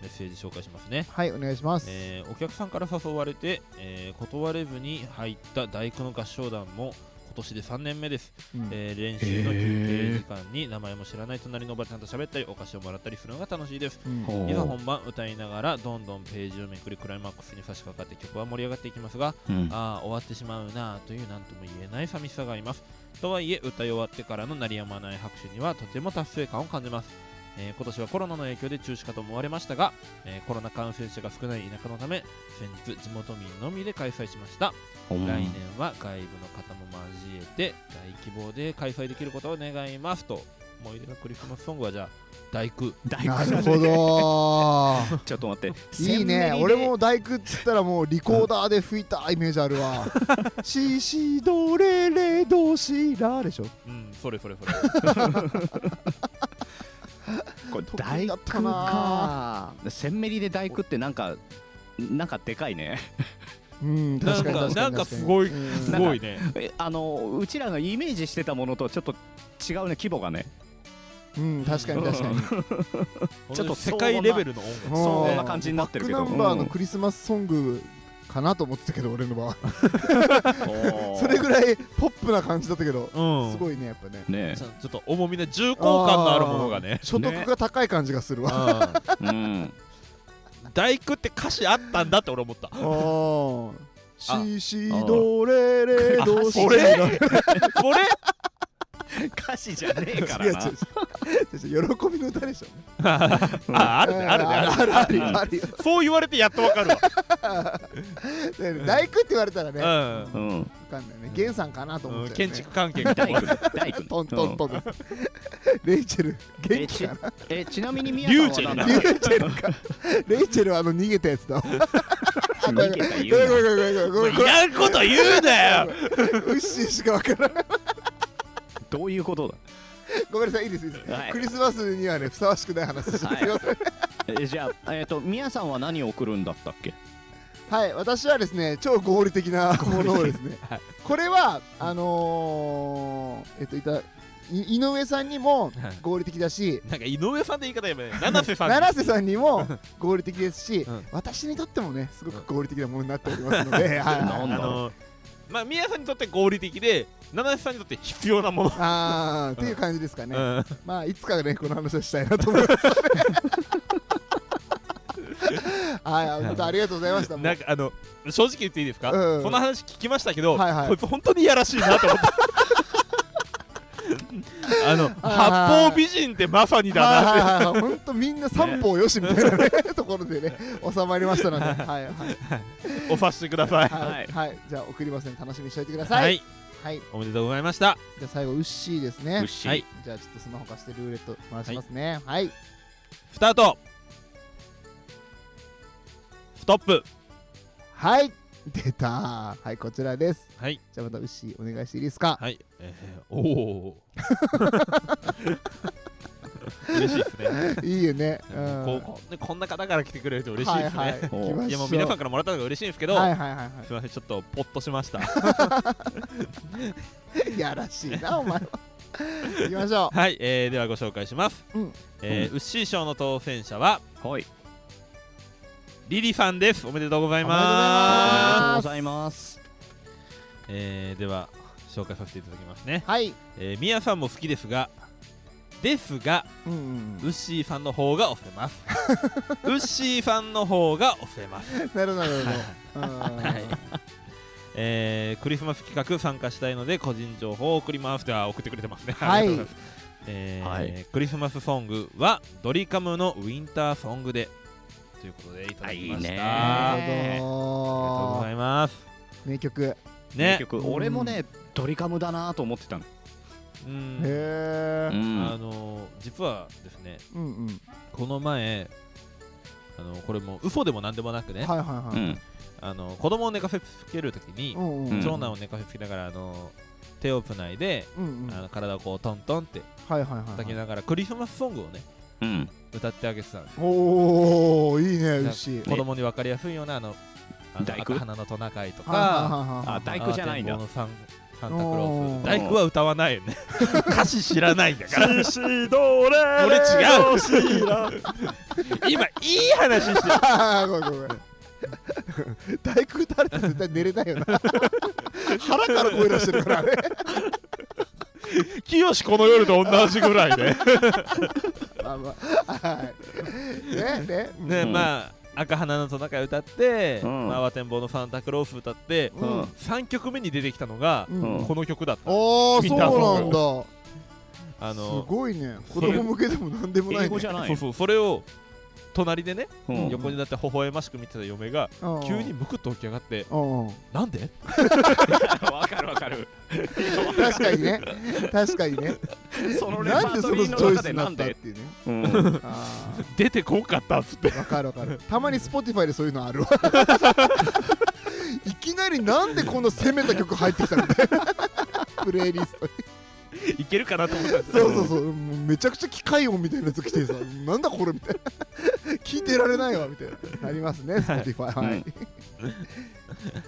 B: メッセージ紹介しますね
A: はいお願いします、
B: えーお客さんから誘われて、えー断れずに入った大工の合唱団も今年で3年目です、
A: うん
B: えー練習の休憩時間に名前も知らない隣のおばちゃんと喋ったりお菓子をもらったりするのが楽しいです
A: うん
D: ほう
B: いざ本番歌いながらどんどんページをめくりクライマックスに差し掛かって曲は盛り上がっていきますが
D: うん
B: ああ終わってしまうなあという何とも言えない寂しさがありますとはいえ歌い終わってからの鳴りやまない拍手にはとても達成感を感じます、えー今年はコロナの影響で中止かと思われましたが、えーコロナ感染者が少ない田舎のため先日地元民のみで開催しました、
D: うん
B: 来年は外部の方も交えて大規模で開催できることを願いますと思い出のクリスマスソングはじゃあ大工
D: 大工
A: な
D: さん
A: る
D: <laughs>
A: ほど
D: ちょっと待って
A: いいね
D: センメリで
A: 俺も大工っつったらもうリコーダーで吹いたイメージあるわ「シシドレレドシラ」でしょ
B: うんそれそれそれ
D: これ
A: 得
D: 大
A: 意だ
D: 工
A: ったな
D: かセンメリで大工ってなんかなんかでかいね
A: うん
B: なん
A: 確
B: か
A: かに確かに
B: なんかすごい
A: うん
B: すごいね
D: えあのうちらのイメージしてたものとちょっと違うね規模がね
A: うん確かに確かに
D: ちょっと
B: 世界レベルの音楽
A: うん
D: そんな感じになってるけど
A: バックナンバー
D: う
A: の
D: ん
A: クリスマスソングかなと思ってたけど俺の場合
D: そ
A: それぐらいポップな感じだったけど
B: うん
A: すごいねやっぱね
D: ね
B: ちょちょっと重みの重厚感のあるものがね。
A: 所得が高い感じがするわ
D: うん
B: 大工って歌詞あったんだって俺思った。
A: あ
B: あ
A: シシドレレドシ
B: あそれ
A: ラ
B: これ
D: 歌詞じゃねえから
A: 違う違う
D: な
A: 違う違う喜びの歌でしょ
B: ああるねあるねあるね
A: あるあるよあるよ
B: そう言われてやっとわかるわ。
A: だから大工って言われたらね、
B: うん
A: わ
D: うん
A: かんないね、源さんかなと思っ
B: うん
A: て、
B: 建
A: ね
B: 築関係みたい
D: 大
B: な。
D: 工大工
A: トントントンです。レイチェル、
D: え
A: 元気かな。
D: ちえちなみに宮さんは何
A: レイ
D: だ
A: チェルか。レイチェルはあの逃げたやつだ。ご
D: 逃げた
A: めんごめん
D: 言
A: ご
D: う
A: めんごめんごめんごめん
B: いらんこと言うなよ。
A: ウッシーしかわからない。
D: などういうこと
A: ごめんなさい、いいです、いいです。
D: はい
A: クリスマスにはね、ふさわしくない話でした。
D: はい
A: すいません。
D: だえじゃあえっと宮さんは何を送るんだったっけ
A: はい、私はですね、超合理的なものをですね
B: はい、
A: これは、あのー、えっと、いた、い井上さんにも合理的だし、
B: なんか井上さんで言い方やばいね。七瀬さん。
A: 七瀬さんにも合理的ですし、
B: うん
A: 私にとってもねすごく合理的なものになっておりますので、はい
D: な
B: あ
D: んだ
B: のまあ宮さんにとって合理的で七瀬さんにとって必要なもの。
A: あーっていう感じですかね、
B: うん
A: まあいつかねこの話をしたいな
B: <laughs>
A: と思います、はいあ本当ありがとうございましたもう
B: なんかあの正直言っていいですか。
A: うん
B: この話聞きましたけど、
A: はいはい
B: こいつ本当にいやらしいな
A: <laughs>
B: と思った。あの八方美人ってまさにだなっ
A: は
B: て
A: いはいはい本当みんな三方よしみたいな、ね、ところでね収まりましたのではいはい
B: <laughs> お察しください。
A: はい、はい、じゃあ送りますので楽しみにしておいてください
B: は
A: はいい、
B: おめでとうございました。
A: じゃあ最後ウッシーですね
D: 牛
B: はい
A: じゃあちょっとスマホ貸してルーレット回しますねはい、
B: スタート。ストップ。
A: はい、出たはいこちらです
B: はい。
A: じゃあまたウッシーお願いしていいです
B: <laughs>
A: か。
B: はい。えー、おお。
A: <laughs>
B: 嬉しいですね。
A: いいよね。うん
B: こうこうでこんな方から来てくれると嬉しいですね。
A: はいいはい。
D: お
A: 行
D: う
A: きましょう
B: やもう皆さんからもらったのが嬉しいんですけど、
A: はいはいはいは
B: すみませんちょっとポッとしました。
A: い。 <laughs> いやらしいなお前は。 <laughs> 行きましょ
B: はい、えー、ではご紹介します。
A: うん
B: えーウッシー賞の当選者は
D: はい
B: リリさんですおめでとうござい
D: ありがとう
B: ま
D: ご
B: す
D: ざいます
B: えーでは紹介させていただきますね
A: はい
B: えーみやさんも好きですがですが
A: うんうん
B: ウッシーさんの方が押せ <laughs> ますウッシーさんの方が押せます
A: なるほどなるほど
B: はいえークリスマス企画参加したいので個人情報を送りますでは送ってくれてますね
A: はい
B: ありがとうござますえー
D: はい
B: クリスマスソングはドリカムのウィンターソングでということでいただきました
D: いいね
B: あり
A: なる
B: がとうご
A: ほど
B: ざいます
A: 名曲
D: 名
B: ね
D: 曲
A: うん
D: 俺もねドリカムだなと思ってたの
B: うん
A: へえ
B: あ
D: ん
B: のー実はですね
A: うんうん
B: この前あのこれもう嘘でもなんでもなくね、
A: はいはいは
D: う
A: い
D: ん
B: あの子供を寝かせつけるときに、
A: うんうん
D: うん
B: 長男を寝かせつけながらあの手をつないで、
A: うんうん
B: あ
A: はい
B: の体をこうトントンって
A: はいはい
B: 叩
A: は
B: き
A: い
B: ながらクリスマスソングをね
D: うん
B: 歌ってあげてたんですよ
A: おおいいね
B: じゃあ
A: 牛
B: 子供に分かりやすいようなあのあの
D: 大
B: 赤
D: 工
B: 花のトナカイとか
A: あ
D: あ大工じゃないんだ
B: あの天狗のサンサンタクロー
A: おー
B: ス大工は歌わないよね歌詞知らないんだから
D: シシド
B: 俺
D: レ
B: 違う今いい話してる
A: <laughs> ごめんごめん大工打たれたら絶対寝れないよな腹から声出してるからね
B: 清この夜と同じぐらいで
A: まあまあはいねね
B: ね
D: うん
B: まあ赤花のトナカイ歌って
D: うん
B: まあ慌てんぼうのサンタクロース歌って
A: うん
B: 3曲目に出てきたのが
A: うん
D: うん
B: この曲だった
A: ああ
B: 見
A: そう
B: た
A: なんだ
B: あの
A: すごいね子供向けでもなんでもないね
D: 英語じゃない
B: そうそうそれを隣でね
D: うん
B: 横になって微笑ましく見てた嫁が
A: うん
B: 急にむくっと起き上がって
A: うんうん
B: なんで
D: わかるわかる
A: 確かにね確かにね
D: <laughs> そのレパ
A: なんでそ
D: ート
A: の
D: リ
A: チ
D: ー
A: ョ
D: の
A: イ
D: 中
A: ス
D: で
A: にな
D: な
A: っ
D: ん
A: たっ
D: で
A: ていうね
D: うん
A: あ
B: 出てこんかったっつって
A: <laughs> ーわかるわかるたまに Spotify でそういうのあるわ <laughs> いきなりなんでこんな攻めた曲入ってきたのみ <laughs> たいなプレイリストに
B: いけるかなと思ったんです
A: そうそうそうもうめちゃくちゃ機械音みたいなやつ来てさなんだこれみたいな聞いてられないわみたいななりますね Spotify はい、
D: うん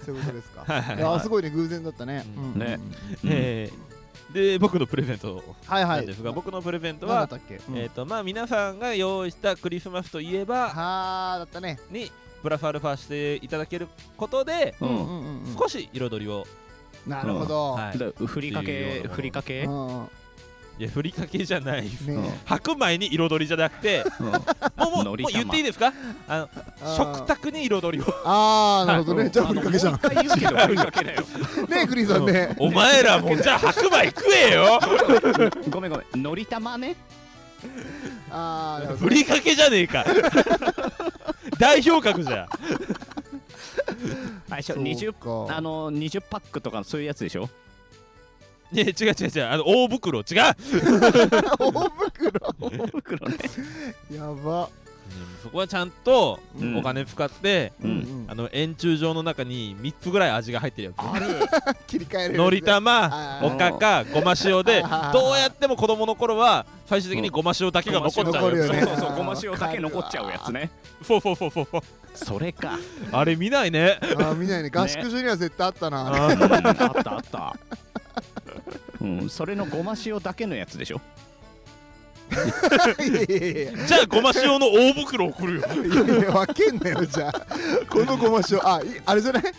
A: そういうことですか
B: はいはい
A: いやーすごいね偶然だったね、
B: うん
A: うん
D: ね
B: えーで僕のプレゼント
A: はいは
B: ないんですが僕のプレゼント
A: 何だっ
B: は
A: たっけ、
B: えっとまあ皆さんが用意したクリスマスといえば
A: はあだったね
B: にプラスアルファしていただけることで
D: う
A: うん
D: ん
A: うんうん
B: 少し彩りを
A: なるほど、
B: はい
D: だからふりかけふりかけ
A: うん
B: いやふりかけじゃない <laughs> です
A: うんね
B: 白米に彩りじゃなくてもうもうもう
D: のり玉
B: 言っていいですかあ
A: え
B: の食卓に彩りを <laughs>
A: あーなるほど
B: は
A: ね
B: い
A: じゃあふりかけじゃん
D: 一回言うけどふりかけだよ
A: ねえクリさんね
B: お前らもじゃあ白米食えよ <laughs>
D: ごめんごめんのりたまね
A: あーなるほど
B: ふりかけじゃねえか <laughs> 代表格じゃ
D: あれでしょ
A: そう
D: 20
A: か
D: あの20パックとかそういうやつでしょ
B: いや違う違う違うあの大袋違う
A: 大袋
D: 袋ね
A: やば
B: そこはちゃんと
D: うん
B: お金使って、
D: うん
B: あの円柱状の中に3つぐらい味が入ってるや
D: ある
A: 切り替えれ
B: つ
A: る
B: のり
A: あ
B: 玉
A: ー
B: おかかごま塩で
A: あー
B: どうやっても子供の頃は最終的にごま塩だけが残っちゃうやつ、
A: ごま塩残るよね
D: そうそうそうごま塩だけ残っちゃうやつね
B: そうそうそうそうそう
D: それか
B: あれ見ないね
A: あー見ないね合宿所には絶対あったな、
D: あったあったうんそれのごま塩だけのやつでしょ
A: <laughs> いやいやいやい
B: じゃあごま塩の大袋送るよ
A: やいや分けんなよじゃあこのごま塩あいあれじゃない <laughs>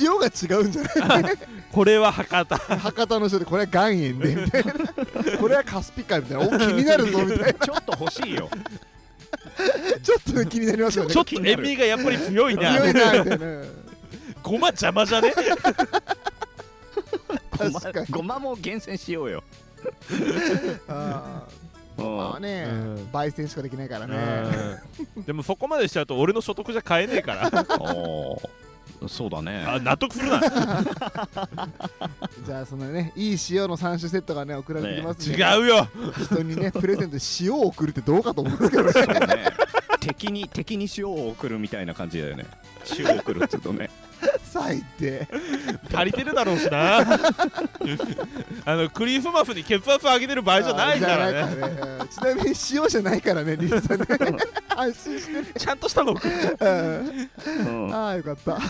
A: 塩が違うんじゃない
B: これは博多
A: 博多の塩でこれは岩塩でみたい <laughs> なこれはカスピ海みたいなお気になるぞみたい
D: ちょっと欲しいよ
A: な <laughs> ちょっとね気になりますよね
B: ちょっと塩味がやっぱり強いな
A: 強いなみたいな
B: ごま邪魔じゃね
D: ごま
A: 確かに
D: ごまも厳選しようよ
A: あ
D: う
A: ーまあ
D: ん
A: ね、
B: うん
A: 焙煎しかできないからね、
B: うんでもそこまでしちゃうと俺の所得じゃ買えねえから <laughs>
D: おーそうだね
B: あ納得するな
A: じゃあそのねいい塩の3種セットがね送られてきますね
B: 違うよ
A: 人にねプレゼントで塩を送るってどうかと思うんですけ <laughs> どね
D: そうね敵に敵に塩を送るみたいな感じだよね塩を送るっつうとね
A: 最低
B: 足りてるだろうしなあのクリスマスに血圧上げてる場合じゃないから
A: じゃない
B: ね
A: からねうんちなみに塩じゃないからねリリさんね安心してね
B: ちゃんとした
A: う
B: の
A: ん
D: うん
A: ああよかった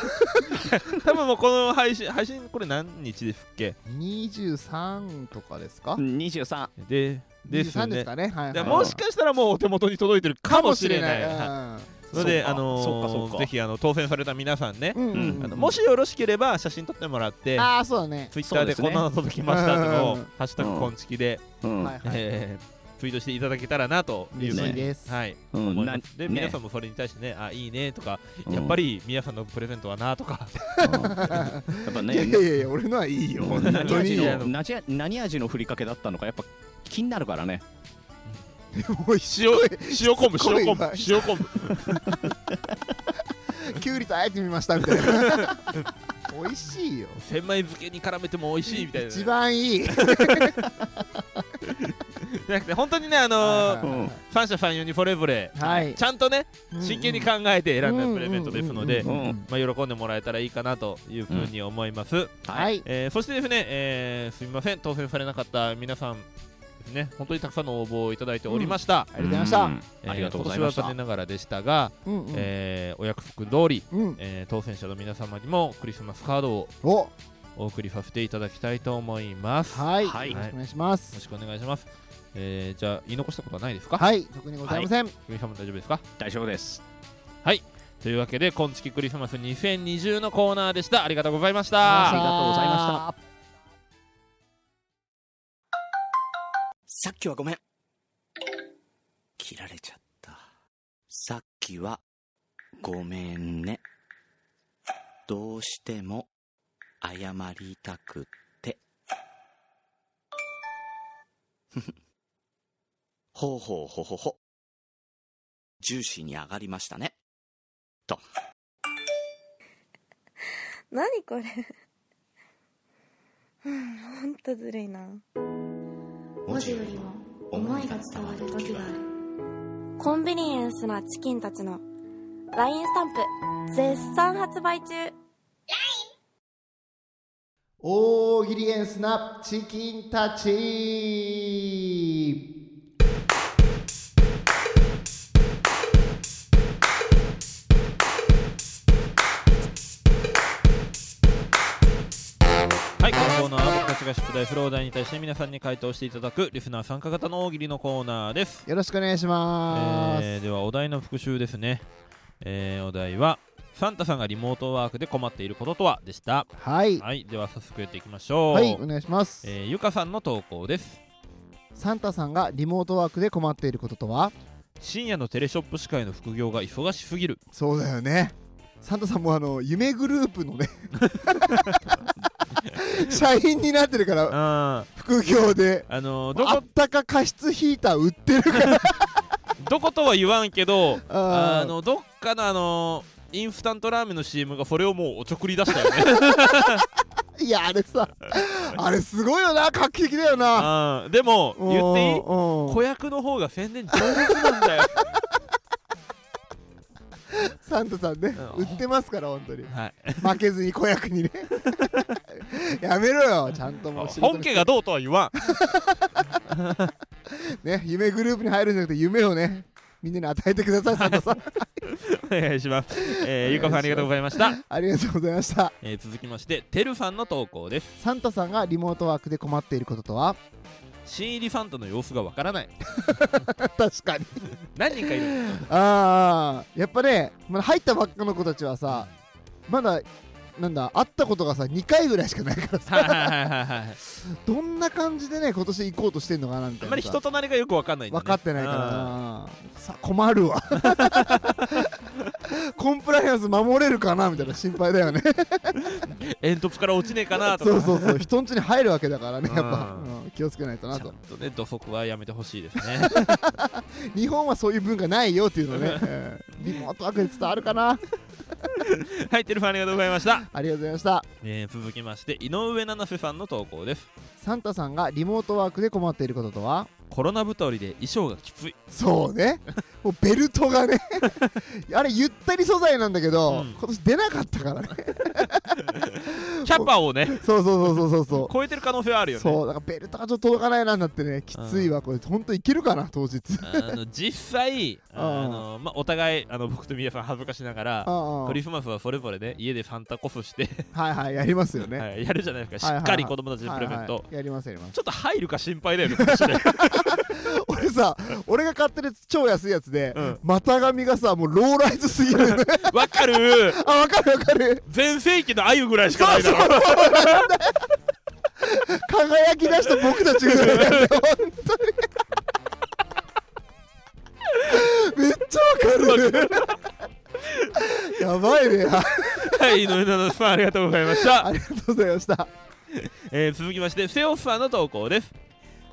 B: 多分もうこの配信配信これ何日ですっけ
A: 23とかですか
D: 23
B: でですよ
A: 23で
B: ね
A: すかねはいはい
B: で
D: い
B: もしかしたらもうお手元に届いてるかもしれない
A: かもしれないうん
B: ので、
D: そ
B: あ
D: うかそうかそ
B: の
D: うか
B: ー、ぜひあの当選された皆さんね、
A: うんうん
D: うん
A: う
B: あ
A: ん
B: のもしよろしければ写真撮ってもらって、
A: ああそうだね
B: ツイッターで
D: そ
B: こ
D: うですね
B: んなの届きましたってのを、
A: うんうんうん
B: ハッシュタグこんちきで、
D: うん
A: はいはい
B: えーツイートしていただけたらなという
A: 嬉しい
B: ね
A: です
B: はい、
D: うん
B: 思いま
D: な
B: すで、
D: ね
B: 皆さんもそれに対してね、あ、いいねとか、やっぱ
D: り、
B: り皆さんのプレゼントはなとか、
D: うんやっぱ
A: いや
D: ね
A: いやいや俺のはいいよ本
D: 何
A: 当に
D: 味
A: いいよ
D: の何味何味のふりかけだったのかやっぱ気になるからね
A: もう一 <laughs>
B: 塩、塩昆布、
A: すっごい
B: 塩昆布
A: 今、
B: 塩昆布。
A: 緒きゅうりとあえてみましたみたいな美味しいよ
B: 千枚漬けに絡めても美味しいみたいなね、
A: 一番いい
B: じゃなくて本当に <laughs> ねあのー
A: はいはい
B: 三者三様にそれぞれ
A: はい
B: ちゃんとね真剣に考えて選んだ
A: うん
B: プレゼントですので、
D: うん
B: まあ、喜んでもらえたらいいかなというふうに思います、
A: はい
B: えーそしてですね、えーすみません当選されなかった皆さんですね本当にたくさんの応募をいただいておりました、
A: ありがとうございました
B: えー
D: んありがとうございました
B: 今年は残念ながらでしたが、
A: うんうん
B: えーお約束通り、
A: うん
B: えー当選者の皆様にもクリスマスカードを
A: お
B: お送りさせていただきたいと思いますよ
A: はいよ
D: はい
A: ろしくお願いしま
B: ろ
A: す
B: しくお願いします、えーじゃあ言い残したことはないですか
A: はい特にございません
B: ゆみさんも大丈夫ですか
D: 大丈夫です
B: というわけで、今月クリスマス2020のコーナーでした。ありがとうございまし
A: あ
B: た。
A: りがとうございました
E: さっきはごめん。切られちゃった。さっきは、ごめんね。どうしても、謝りたくって。ふふ。ほうほうほほほ。ジューシーに上がりましたね。
C: 何これうんほんとずるいな文字よりも思いが伝わる時があるコンビニエンスなチキンたちの LINE スタンプ絶賛発売中
A: 大喜利エンスなチキンたち
B: はい、このコーナーは僕たちが宿題フロー題に対して皆さんに回答していただくリスナー参加型の大喜利のコーナーです。
A: よろしくお願いします、
B: えーでは、お題の復習ですね。えーお題は、サンタさんがリモートワークで困っていることとはでした。
A: はい
B: はい、では早速やっていきましょう。
A: はいお願いします、
B: えーゆかさんの投稿です。
A: サンタさんがリモートワークで困っていることとは
B: 深夜のテレショップ司会の副業が忙しすぎる。
A: そうだよねサンタさんもあの夢グループ
B: <laughs>
A: のね社員になってるから
B: あ
A: 副業で
B: あのーど
A: あ
B: こ
A: ったか加湿ヒーター売ってるから
B: どことは言わんけど、
A: あー
B: あのどっかのあのインスタントラーメンの CM がそれをもうおちょくり出し
A: <laughs>
B: たよね
A: いやあれさあれすごいよな画期的だよな
B: あーでも言っていい
A: い
B: 子役の方が宣伝上手なん <laughs> だよ
A: サンタさんね
B: う
A: 売
B: ん
A: ってますから本当に
B: はい
A: 負けずに子役に
B: <laughs>
A: ねやめろよちゃんともう仕事
B: 本家がどうとは言わん
A: ね夢グループに入るんじゃなくて夢をねみんなに与えてくださいサンタさ
B: <laughs>
A: ん
B: <laughs> お願いします、えー、ゆかさんありがとうございました、
A: ありがとうございました
B: えー続きましててるさんの投稿です
A: サンタさんがリモートワークで困っていることと
B: <laughs>
A: は
B: 新入りサンタの様子がわからない
A: 確かに
B: 何人かいる
A: あーやっぱね、ま、だ入ったばっかの子たちはさまだなんだ会ったことがさ2回ぐらいしかないからさ
B: はいはいはいはいはい
A: どんな感じでね今年行こうとしてんのかなみた
B: <laughs> あ
A: い
B: ん
A: な
B: まり
A: さ
B: 人となりがよくわかんないんだ、ね、
A: 分かってないからなさ困る
B: <laughs>
A: わコンプライアンス守れるかなみたいな心配だよね
B: うん煙突から落ちねえかなとか
A: そうそうそう人ん家に入るわけだからねやっぱ、
B: う
A: うん気をつけないとな
B: ちゃ
A: と
B: んとね土足はやめてほしいですね
A: 日本はそういう文化ないよっていうのね、えーリモートワークで伝わるかな
B: <laughs> はいてるさんありがとうございました
A: ありがとうございました
B: <laughs> えー続きまして井上七瀬さんの投稿です
A: サンタさんがリモートワークで困っていることとは
B: コロナ太りで衣装がき <laughs> つい
A: そうねもうベルトがねあれゆったり素材なんだけど、
B: うん
A: 今年出なかったからね
B: キャパをね
A: そうそうそうそうそうそう
B: 超えてる可能性はあるよね
A: そうだからベルトがちょっと届かないなになってねきついわこれ本当いけるかな
B: <laughs>
A: 当日
B: あの実際あの、まあ、お互いあの僕と皆さん恥ずかしながら
A: ああ
B: クリスマスはそれぞれね家でサンタコスして、
A: はいはいやりますよね、
B: はいやるじゃないです
A: はいは
B: かし
A: いはい
B: っかり子供たちにプレゼント、
A: はいはいやりますやります
B: ちょっと入るか心配だよね今年ね
A: 俺さ俺が買ってる超安いやつで、
B: うん
A: 股上がさもうローライズすぎる
B: わかる
A: あわかるわかる
B: 全盛期のあゆぐらいしかないだろ
A: 輝き出した僕たちぐらい
B: <laughs>
A: だよ本当にめっちゃわかるやばいねあ
B: はい井上七さんありがとうございました
A: あ、りがとうございました
B: えー続きましてセオスさんの投稿です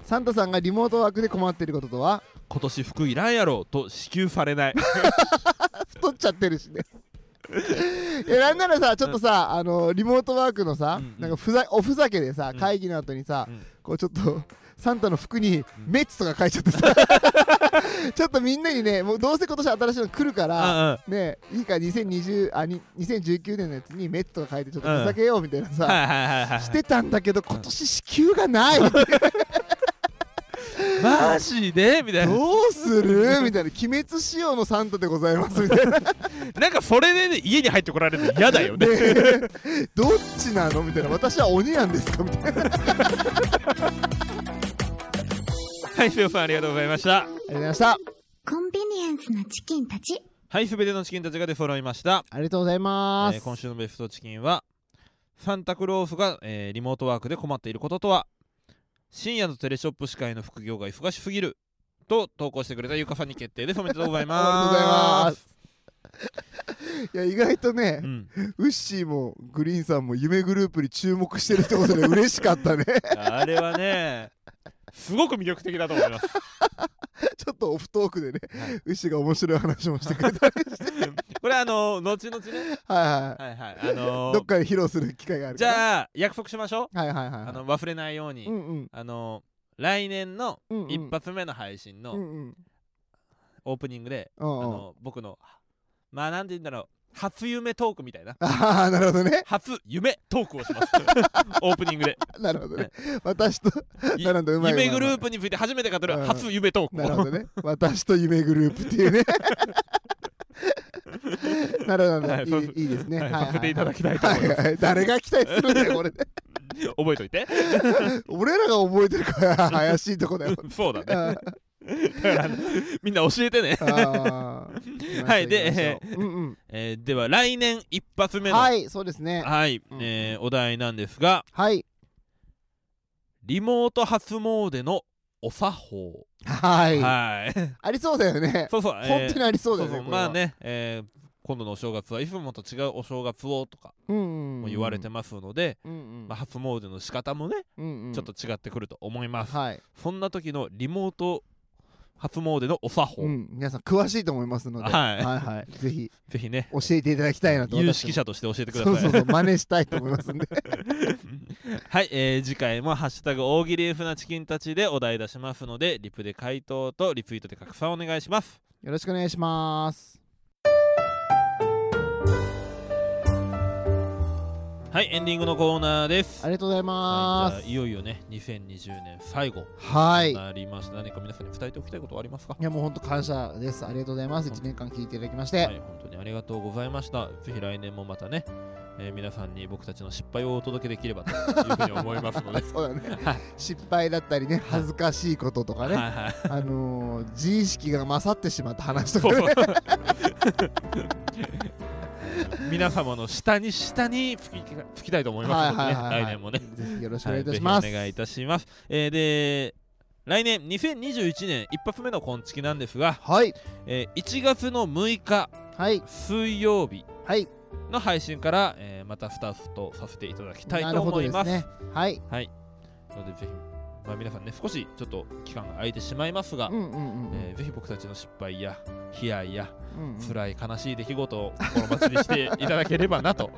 A: サンタさんがリモートワークで困っていることとは
B: 今年服いらんやろと支給されない
A: 太っちゃってるしねいやなんならさちょっとさ、あのリモートワークのさ、
B: うんうん
A: なんかふざおふざけでさ、
B: うん
A: 会議の後にさ、
B: うん
A: こうちょっとサンタの服に「メッツ」とか書いちゃって
B: <laughs>
A: さ、ちょっとみんなにねもうどうせ今年新しいの来るから、
B: あ
A: <laughs> ねいいから2020あに2019年のやつに「メッツ」とか書いてちょっとふざけようみたいな
B: あ
A: さ、
B: はいはいはいはい
A: してたんだけど今年支給がないど
B: マジでみたいな
A: うするみたいな「鬼滅仕様のサンタでございます」みたいな
B: なんかそれで、ね、家に入ってこられるの嫌だよね
A: でどっちなのみたいな私は鬼なんですかみたいなありがと
B: はいセオさんありがとうございました
A: うございました
C: コンビニエンスなチキンたち。
B: はいすべてのチキンたちが出揃いました
A: ありがとうございます、
B: えー今週のベストチキンはサンタクロースが、えーリモートワークで困っていることとは深夜のテレショップ司会の副業が忙しすぎると投稿してくれたゆかさんに決定ですおめでとうござい
A: あ
B: ま
A: <laughs> りがとうございますすいや意外とね、
B: うん
A: ウッシーもグリーンさんも夢グループに注目してるってことで嬉しかった
B: <laughs>
A: ね
B: あれはねすごく魅力的だと思
A: <laughs>
B: います、
A: ちょっとオフトークでね
B: はい
A: ウッシーが面白い話もしてくれたりして
B: これあの後々ね
A: はいはい、
B: はいはいあのー
A: どっかで披露する機会がある
B: じ
A: から
B: ゃあ約束しましょう
A: はいはいはい
B: あの忘れないように、
A: うんうん
B: あの来年の
A: うんうん
B: 一発目の配信
A: うん
B: の
A: うん
B: オープニングで、
A: うん
B: あ
A: うん
B: の僕のまあなんて言うんだろう初夢トークみたいな
A: ああなるほどね <laughs>
B: 初夢トークをしますオープニングで
A: なるほどね私となるほどうまいうまい
B: 夢グループについて初めて語る
A: うん
B: 初夢トー
A: なる
B: ク
A: ほどね。私と夢グループっていう
B: <laughs>
A: ね。なるほどなるほど、
B: はい
A: い
B: そう
A: い、いいですね。
B: はい
A: は
B: させていただきたいと
A: は
B: 思い
A: い
B: ます
A: はい、誰が期待するんだよ、こ
B: <laughs>
A: れ。
B: 覚えと
A: <laughs>
B: いて
A: 俺らが覚えてるから怪しいとこ
B: <laughs>
A: だよ。
B: そうだね
A: あ
B: だからあのみんな教えてね、
A: あー
B: はいで
A: 行きましょう行きましょううんうん
B: えーでは来年一発目のは、
A: はいい、そうですね。うん
B: えーお題なんですが
A: はい、
B: リモート初詣のお作法
A: はい、 <laughs>
B: はい
A: ありそうだよね。
B: そうそう、
A: 本当にありそうだよね。
B: そうそう
A: これは
B: まあ。ね、えー今度のお正月はいつもと違うお正月をとか
A: うんうんう
B: も
A: ん
B: 言われて。ますので、
A: うんうん
B: まあ、初詣の仕方もね、
A: うんうん
B: ちょっと違ってくると思います、
A: はい、
B: そんな時のリモート初詣のお作法、
A: うん、皆さん詳しいと思いますので、
B: はい
A: はいはいぜひ
B: ぜひね
A: 教えていただきたいなと。
B: 有識者として教えてくださ
A: そ
B: いう
A: そうそう真似したいと思いますんで <laughs>
B: はい、えー次回も「ハッシュタグ大喜利 F なチキンたち」でお題出しますのでリプで回答とリツイートで拡散お願いします
A: よろしくお願いします
B: はいエンディングのコーナーです
A: ありがとうございま
B: は
A: す、
B: い、じゃあいよいよね2020年最後
A: はい。い
B: なりました、何か皆さんに伝えておきたいことはありますか
A: やもう本当感謝です。ありがとうございます。1年間聞いていただきまして。。
B: はい、本当にありがとうございました。ぜひ来年もまたね、えー皆さんに僕たちの失敗をお届けできればというふうに思いますので
A: <laughs> そうだね
B: はい。
A: 失敗だったりね、恥ずかしいこととか
B: はい
A: ね、
B: はい。
A: あのー、自意識が勝ってしまった話と
B: そ
A: か
B: う
A: ね
B: そう。皆様の下に下につきつきたいと思いますので、ね来年もね。
A: ぜひよろしくお
B: は
A: 願い
B: い
A: いたします。
B: ぜひお願いいたします。えーで、来年2021年一発目の今月なんですが、
A: はい。
B: えー1月の6日
A: はい。
B: 水曜日
A: はい。
B: の配信から、えーまたスタートさせていただきたい
A: な
B: と
A: るほど
B: 思
A: で
B: い
A: す
B: ます。
A: ね。はい。
B: のでぜひ、まあ、皆さんね少しちょっと期間が空いてしまいますが、
A: うんうんうん。
B: えーぜひ僕たちの失敗や悲哀や
A: うんうん
B: 辛い悲しい出来事を心待ちにしていただければなと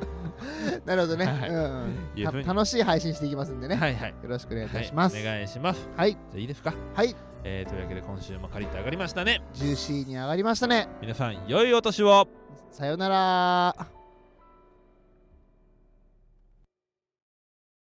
A: なるほどね。
B: はい
A: うん
B: いうふ
A: う
B: う
A: ん
B: に
A: た楽しい配信していきますんで <laughs> ね。
B: はいはい
A: よろしくお願いいたします。
B: はい、お願いします
A: はい
B: じゃあいいですか
A: はい、
B: えーというわけで今週も借りて上がりましたね
A: ジューシーに上がりましたね。
B: 皆さん良いお年を
A: さようなら。